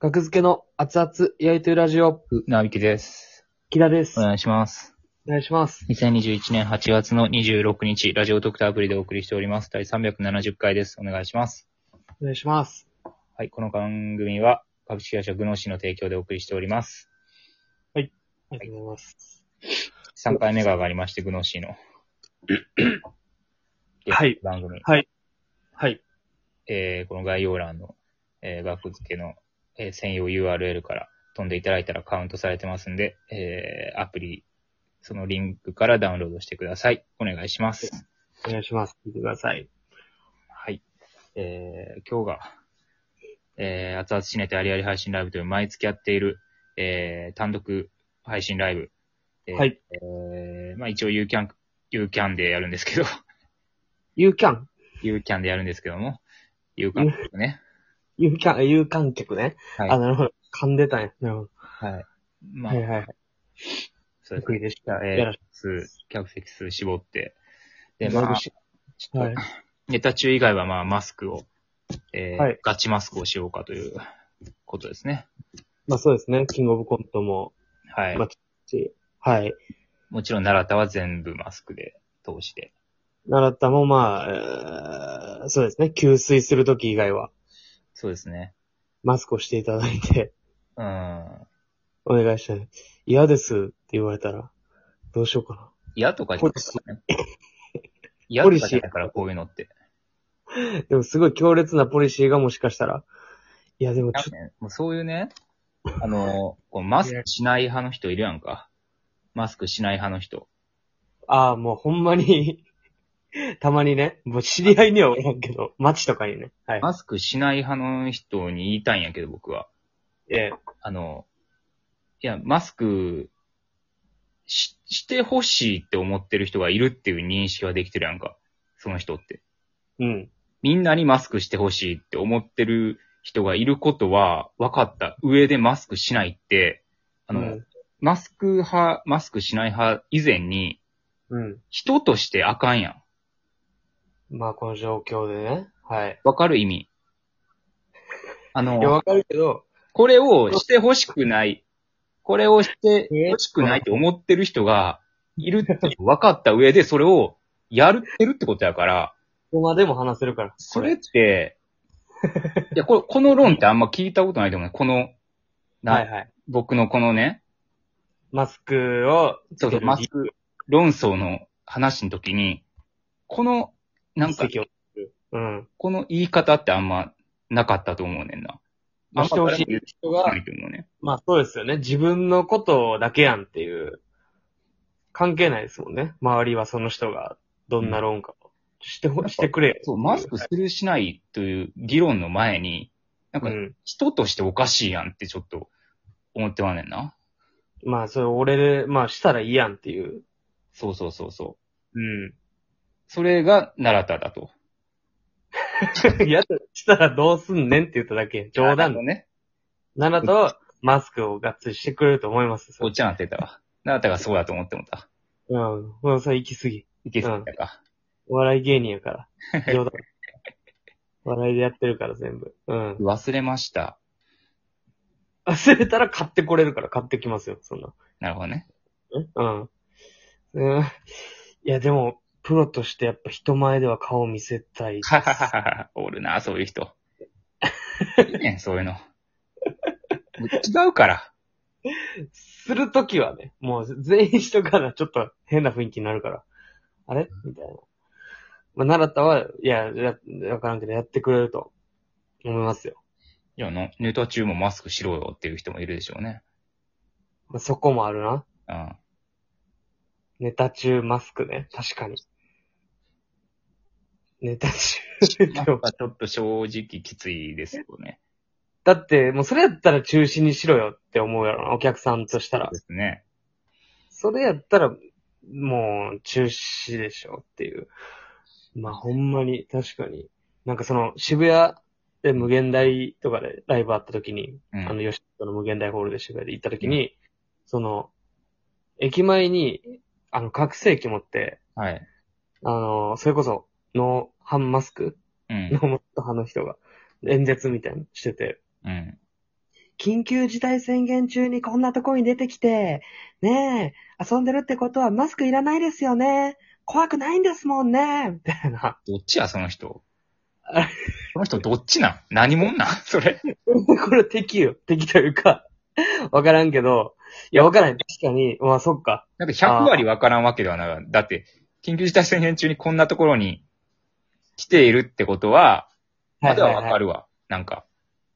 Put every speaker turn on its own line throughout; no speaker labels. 学付けの熱々焼いてるラジオ、
ふなびきです。
木田です。
お
お
願いします。
願いします。
2021年8月の26日、ラジオドクターアプリでお送りしております。第370回です。お願いします。
お願いします。
はい、この番組は株式会社グノーシーの提供でお送りしております。
ありがとうございます。
3回目が上がりまして、グノーシーの。
はい。
番組。
はい。
えーこの概要欄の、えー、学付けの、えー専用 URL から飛んでいただいたらカウントされてますんで、えーアプリ、そのリンクからダウンロードしてください。お願いします。
お願いします。聞いてください。
はい。えー今日が、えー熱々しねてありあり配信ライブという毎月やっている、えー単独配信ライブ。えー
はい。
えーまあ一応 U キャン、U キャンでやるんですけど、
You can.
U キャンでやるんですけども、U キャンですね。
You can, you can 客ね。
はい
あ、なるほど。噛んでたんや。なるほど。
はい。まあ、
はいはいはい。
そうです
得
ね。
意でし
じゃ
た。
あ
やら
え
し
ー数、客席数絞って、
て
で、
もらい
ま
ま
あ、
しはい。
ネタ中以外はまあマスクを、えー
はい
ガチマスクをしようかということですね。
まあそうですね。キングオブコントも、
はい。
まあ、しはい。
もちろん、奈良田は全部マスクで通して。
習ったもまあ、えーそうですね。給水するとき以外は、
そうですね。
マスクをしていただいて、
うん。
お願いしたい。嫌ですって言われたら、どうしようかな。
嫌とかじゃないですかね。嫌
ポ
と
リ
か
シー
じゃないから、こういうのって。
でもすごい強烈なポリシーがもしかしたら、いやでもちょ
な
っと、
んかね、もうそういうね、あの、こうマスクしない派の人いるやんか。マスクしない派の人。
ああ、もうほんまに、 たまにね、もう知り合いにはおらんけど、街とかにね。はい。
マスクしない派の人に言いたいんやけど、僕は。
ええ
あの、いや、マスクし、してほしいって思ってる人がいるっていう認識はできてるやんか。その人って。
うん。
みんなにマスクしてほしいって思ってる人がいることは分かった上でマスクしないって、あの、
うん
マスク派、マスクしない派以前に、
うん。
人としてあかんやん。
まあこの状況でね。はい。
わかる意味。
いや、
あの、
わかるけど、
これをしてほしくない、これをして
え
ほしくないって思ってる人がいるって分かった上で、それをやるってるってことやから、
ここまでも話せるから。
それって、いや、これ、この論ってあんま聞いたことないと思うね。この、な
はいはい。
僕のこのね、
マスクをつけ
そう
る
そう、マスク論争の話の時に、この、なんか、
奇跡を作るうん。
この言い方ってあんまなかったと思うねんな。
まあ
あん
して
ま
ほ
誰
し
も言
い
って
人
な
が、
いと思うね。
まあそうですよね。自分のことだけやんっていう。関係ないですもんね。周りはその人がどんな論かを。してほ、してくれよ。
そう、マスクするしないという議論の前に、なん
う
か、
ん。
人としておかしいやんってちょっと思ってはんねんな。
まあそれ俺で、まあしたらいいやんっていう。
そうそうそうそう。
うん。
それが奈良田だと。
い や、したらどうすんねんって言っただけ。冗談
だ
だ。
ね。
奈良とはマスクをがっつりしてくれると思います。
おっちゃんなってたわ。奈良田がそうだと思ってもた。
うん。うん、それ行き過ぎ。
いけそうだか。
お笑い芸人やから。 冗談。笑いでやってるから全部。うん。
忘れました。
忘れたら買ってこれるから買ってきますよ、そんな。
なるほどね。
うん。うん。いや、でも、プロとしてやっぱ人前では顔を見せたいです。
はははは、 おるな、そういう人。いいねん、そういうの。違うから。
するときはね、もう全員しとかな、ちょっと変な雰囲気になるから。あれみたいな。まあ、奈良田は、いや、や、わからんけど、やってくれると思いますよ。
いや、のネタ中もマスクしろよっていう人もいるでしょうね。
まあ、そこもあるな。
うん。
ネタ中マスクね。確かに。ネタ中。
なん
でも
かちょっと正直きついですよね。
だって、もうそれやったら中止にしろよって思うやろな、お客さんとしたら
で。すね。
それやったら、もう中止でしょっていう。まあほんまに、確かに。なんかその渋谷で無限大とかでライブあった時に、
う
あの
ん。
吉本の無限大ホールで渋谷で行った時に、その、駅前に、あの、拡声器持って、
はい。
あの、それこそ、ノーハンマスク
う
ノ
ん。
ーマスク派の人が、演説みたいなのしてて、
うん。
緊急事態宣言中にこんなとこに出てきて、ねえ、遊んでるってことはマスクいらないですよね。怖くないんですもんね。みたいな。
どっちや、その人
あれ。
その人どっちなん何もんなんそれ。
これ敵よ。敵というか、わからんけど、いや、わからん。確かに、まあ、そっか。
なんか100割わからんわけではない。だって、緊急事態宣言中にこんなところに来ているってことは、まだわか
る。
るわ。なんか、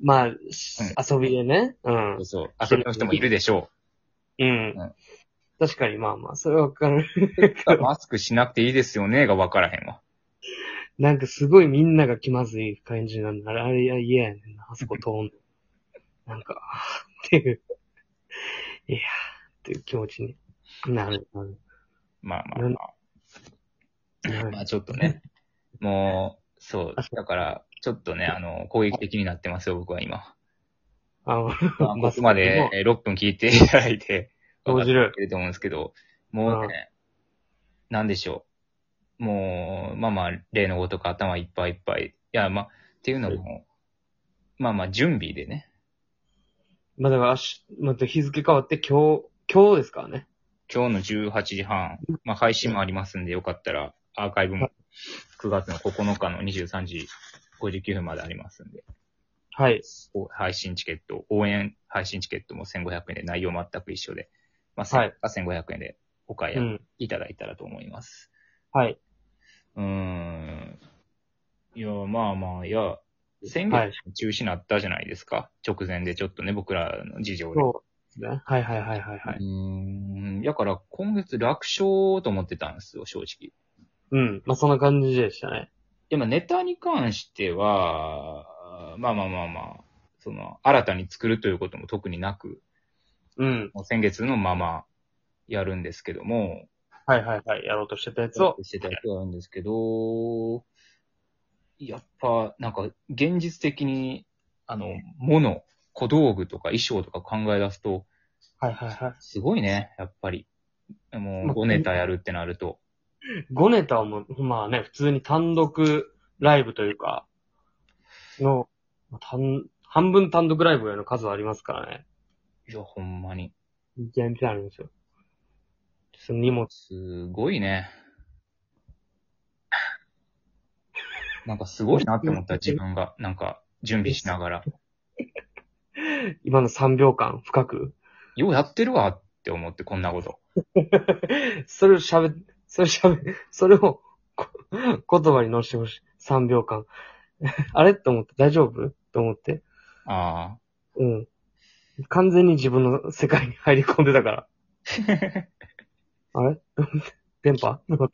まあ、し遊びでね。うん
そう。そう。遊びの人もいるでしょ
うん
うん。
確かに、まあまあ、それはわかる。
う。マスクしなくていいですよねがわからへんわ。
なんかすごいみんなが気まずい感じなんだ。あれ、いや、嫌やねんな。あそこ通 んの。なんか、っていう。いやー、っていう気持ちになる。なる
まあまあまあ。まあちょっとね。もう、そう。だから、ちょっとね、あの、攻撃的になってますよ、僕は今。
あの、
まあここまでえー6分聞いていただいて、
面白い。
いると思うんですけど、もうね、なんでしょう。もう、まあまあ、例のごとく頭いっぱいいっぱい。いや、まあ、っていうのも、まあまあ、準備でね。
まあだから明日、まあ日付変わって今日、今日ですからね。
今日の18時半、まあ、配信もありますんで、よかったら、アーカイブも9月の9日の23時59分までありますんで、
はい。
お配信チケット、応援配信チケットも1500円で、内容全く一緒で、まあ、
は
1000
い
1500円でお買
う
い
ん。
いただいたらと思います。
はい。
うーん。いや、まあまあ、いや、先
はい
月中止になったじゃないですか。直前でちょっとね、僕らの事情で。
そうですね。はいはいはいはいは
う
い。
ーん。だから、今月楽勝と思ってたんですよ、正直。
うん。まあそんな感じでしたね。
でも、ネタに関しては、まあまあまあまあ、その、新たに作るということも特になく、
うん。
もう先月のままやるんですけども、
はいはいはい。やろうとしてたやつを。
してたやつはあるんですけど、やっぱ、なんか、現実的に、あの、物、小道具とか衣装とか考え出すと、
はいはいは
すごいね、やっぱり。も
ま
う、
あ
5ネタやるってなると。
い。5ネタはもう、まあね、普通に単独ライブというか、の、まあ単半分単独ライブぐらいの数はありますからね。
いや、ほんまに。
めちゃめちゃあるんですよ。その荷物。
すごいね。なんかすごいなって思った、自分が。なんか、準備しながら。
今の3秒間深く。
ようやってるわって思って、こんなこと。
それを喋っ、それ喋、それをこ 言葉に乗せてほしい。3秒間。 あれと思って、大丈夫と思って。
あ
うん。完全に自分の世界に入り込んでた から。
あ。
あれ 電波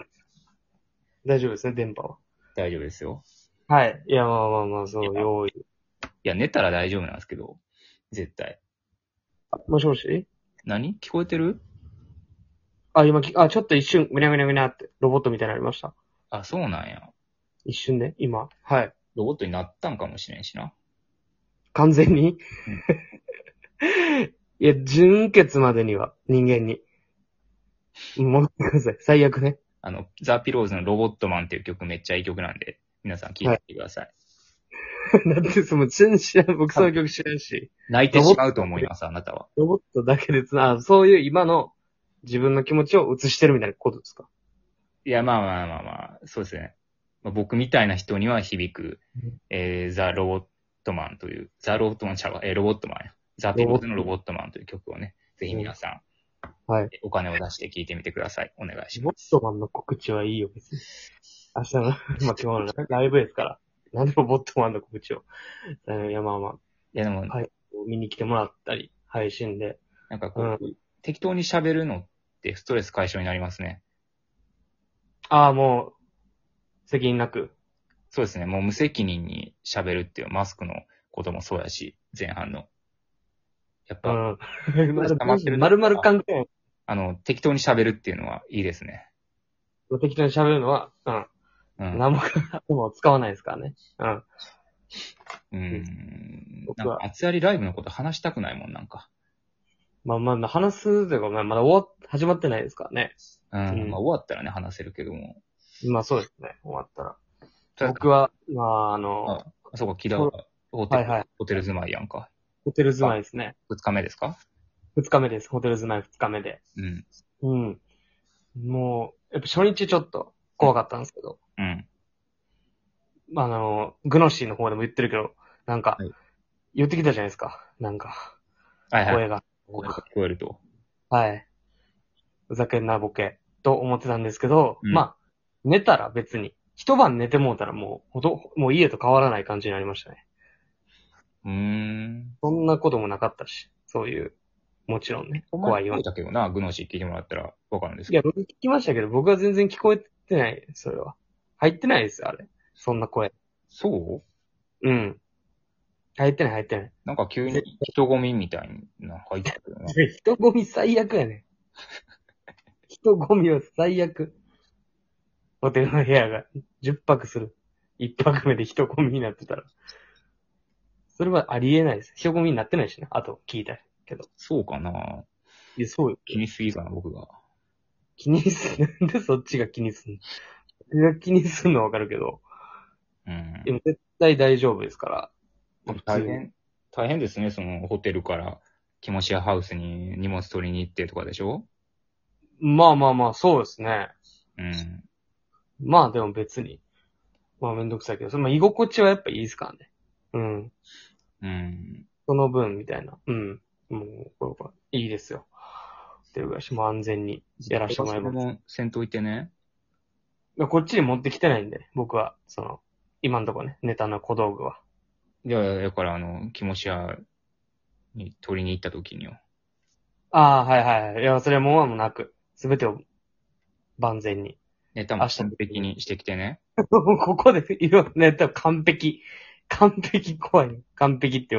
大丈夫ですね、電波は。
大丈夫ですよ。
はい。いや、まあまあまあ、そう、用意。
いや、寝たら大丈夫なんですけど、絶対。
もしもし
何聞こえてる
あ、今き、あ、ちょっと一瞬、ぐにゃぐにゃぐにゃって、ロボットみたいになりました。
あ、そうなんや。
一瞬ね、今。はい。
ロボットになったんかもしれんしな。
完全に いや、純血までには、人間に。戻ってください。最悪ね。
あの、ザ・ピローズのロボットマンっていう曲めっちゃいい曲なんで、皆さん聴いてみてください。
だって、その、全然知らん、僕その曲知らんし。
泣いてしまうと思います、あなたは。
ロボットだけでつな、あそういう今の自分の気持ちを映してるみたいなことですか
いや、まあまあまあまあ、そうですね。まあ、僕みたいな人には響く、えー、ザ・ロボットマンという、ザ・ロボットマンちゃうわ、えー、ロボットマンや。ザ・ピローズのロボットマンという曲をね、ぜひ皆さん、
はい。
お金を出して聴いてみてください。お願いし
ロボ
ま
ッ
す。
トマンの告知はいいよ、別に。明日の、まあ今日 のライブですから。なんでロボットマンの告知を。あのいや、まあまあ、
いや、でも、
見に来てもらったり、配信で。
なんかこう、適当に喋るのってストレス解消になりますね。
ああ、もう、責任なく。
そうですね。もう無責任に喋るっていうマスクのこともそうやし、前半の。や
う
っぱ、
ん。
まだ溜まってる
まるまる関係ない。
あの、適当に喋るっていうのはいいですね。
適当に喋るのは、うん。
うん。
何も、もう使わないですからね。うん。
うん。
僕
なん
は
か、熱ありライブのこと話したくないもん、なんか。
まあまあ、話すというか、まあまだ終わっ、始まってないですからね。
うん。
うん
まあ、終わったらね、話せるけども。
まあそうですね、終わったら。
とりあえず
僕は、まああの、
あ、そうか、木田はホテル、
はいはい
ホテル住まいやんか。
ホテル住まいですね。
2日目ですか
二日目です。ホテル住まい二日目で。
うん。
うん。もう、やっぱ初日ちょっと怖かったんですけど、
うん。
まあ、あの、グノシーの方でも言ってるけど、なんか、
はい
言ってきたじゃないですか。なんか、
はいはい。
声が。
声が聞こえると。
はい。ふざけんなボケ、と思ってたんですけど、
うん
まあ、寝たら別に、一晩寝てもうたらもう、ほと、もう家と変わらない感じになりましたね。
うーん。
そんなこともなかったし、そういう、もちろんね、怖いよう
声
な。
だけどな、グノシー聞いてもらったらわかるんです
い
け
や、
ど。
僕聞きましたけど、僕は全然聞こえてない、それは。入ってないですよ、あれ。そんな声。
そう
うん。入ってない、入って ない。
なんか急に人混みみたいなの入ってたけどな。
人混み最悪やね ん。人混みは最悪。ホテルの部屋が10泊する。1泊目で人混みになってたら。それはありえないです。人混みになってないしね。あと、聞いたけど。
そうかない
や、そうよ。
気にしすぎかな、僕が。
気にする。 なんでそっちが気にすんの僕が気にすんのはわかるけど。
うん
で。も絶対大丈夫ですから。
でも大変、大変ですね、そのホテルから気持ちやハウスに荷物取りに行ってとかでしょ
まあまあまあ、そうですね。
うん。
まあでも別に。まあめんどくさいけど、それまあ居心地はやっぱいいですからね。うん。
うん。
その分、みたいな。うん。もう、これはいいですよ。っていうぐらいし、もう安全にやらせてもらいます。
それも先頭行ってね。
いやこっちに持ってきてないんで、僕は、その、今んとこね、ネタの小道具は。
いやいや、だからあの、気持ちやに取りに行った時によ。
ああ、はいはいはい。いや、それはもうもなく、すべてを万全に。
ネタも完璧にしてきてね。
ここで言うネタ完璧。完璧怖い。完璧って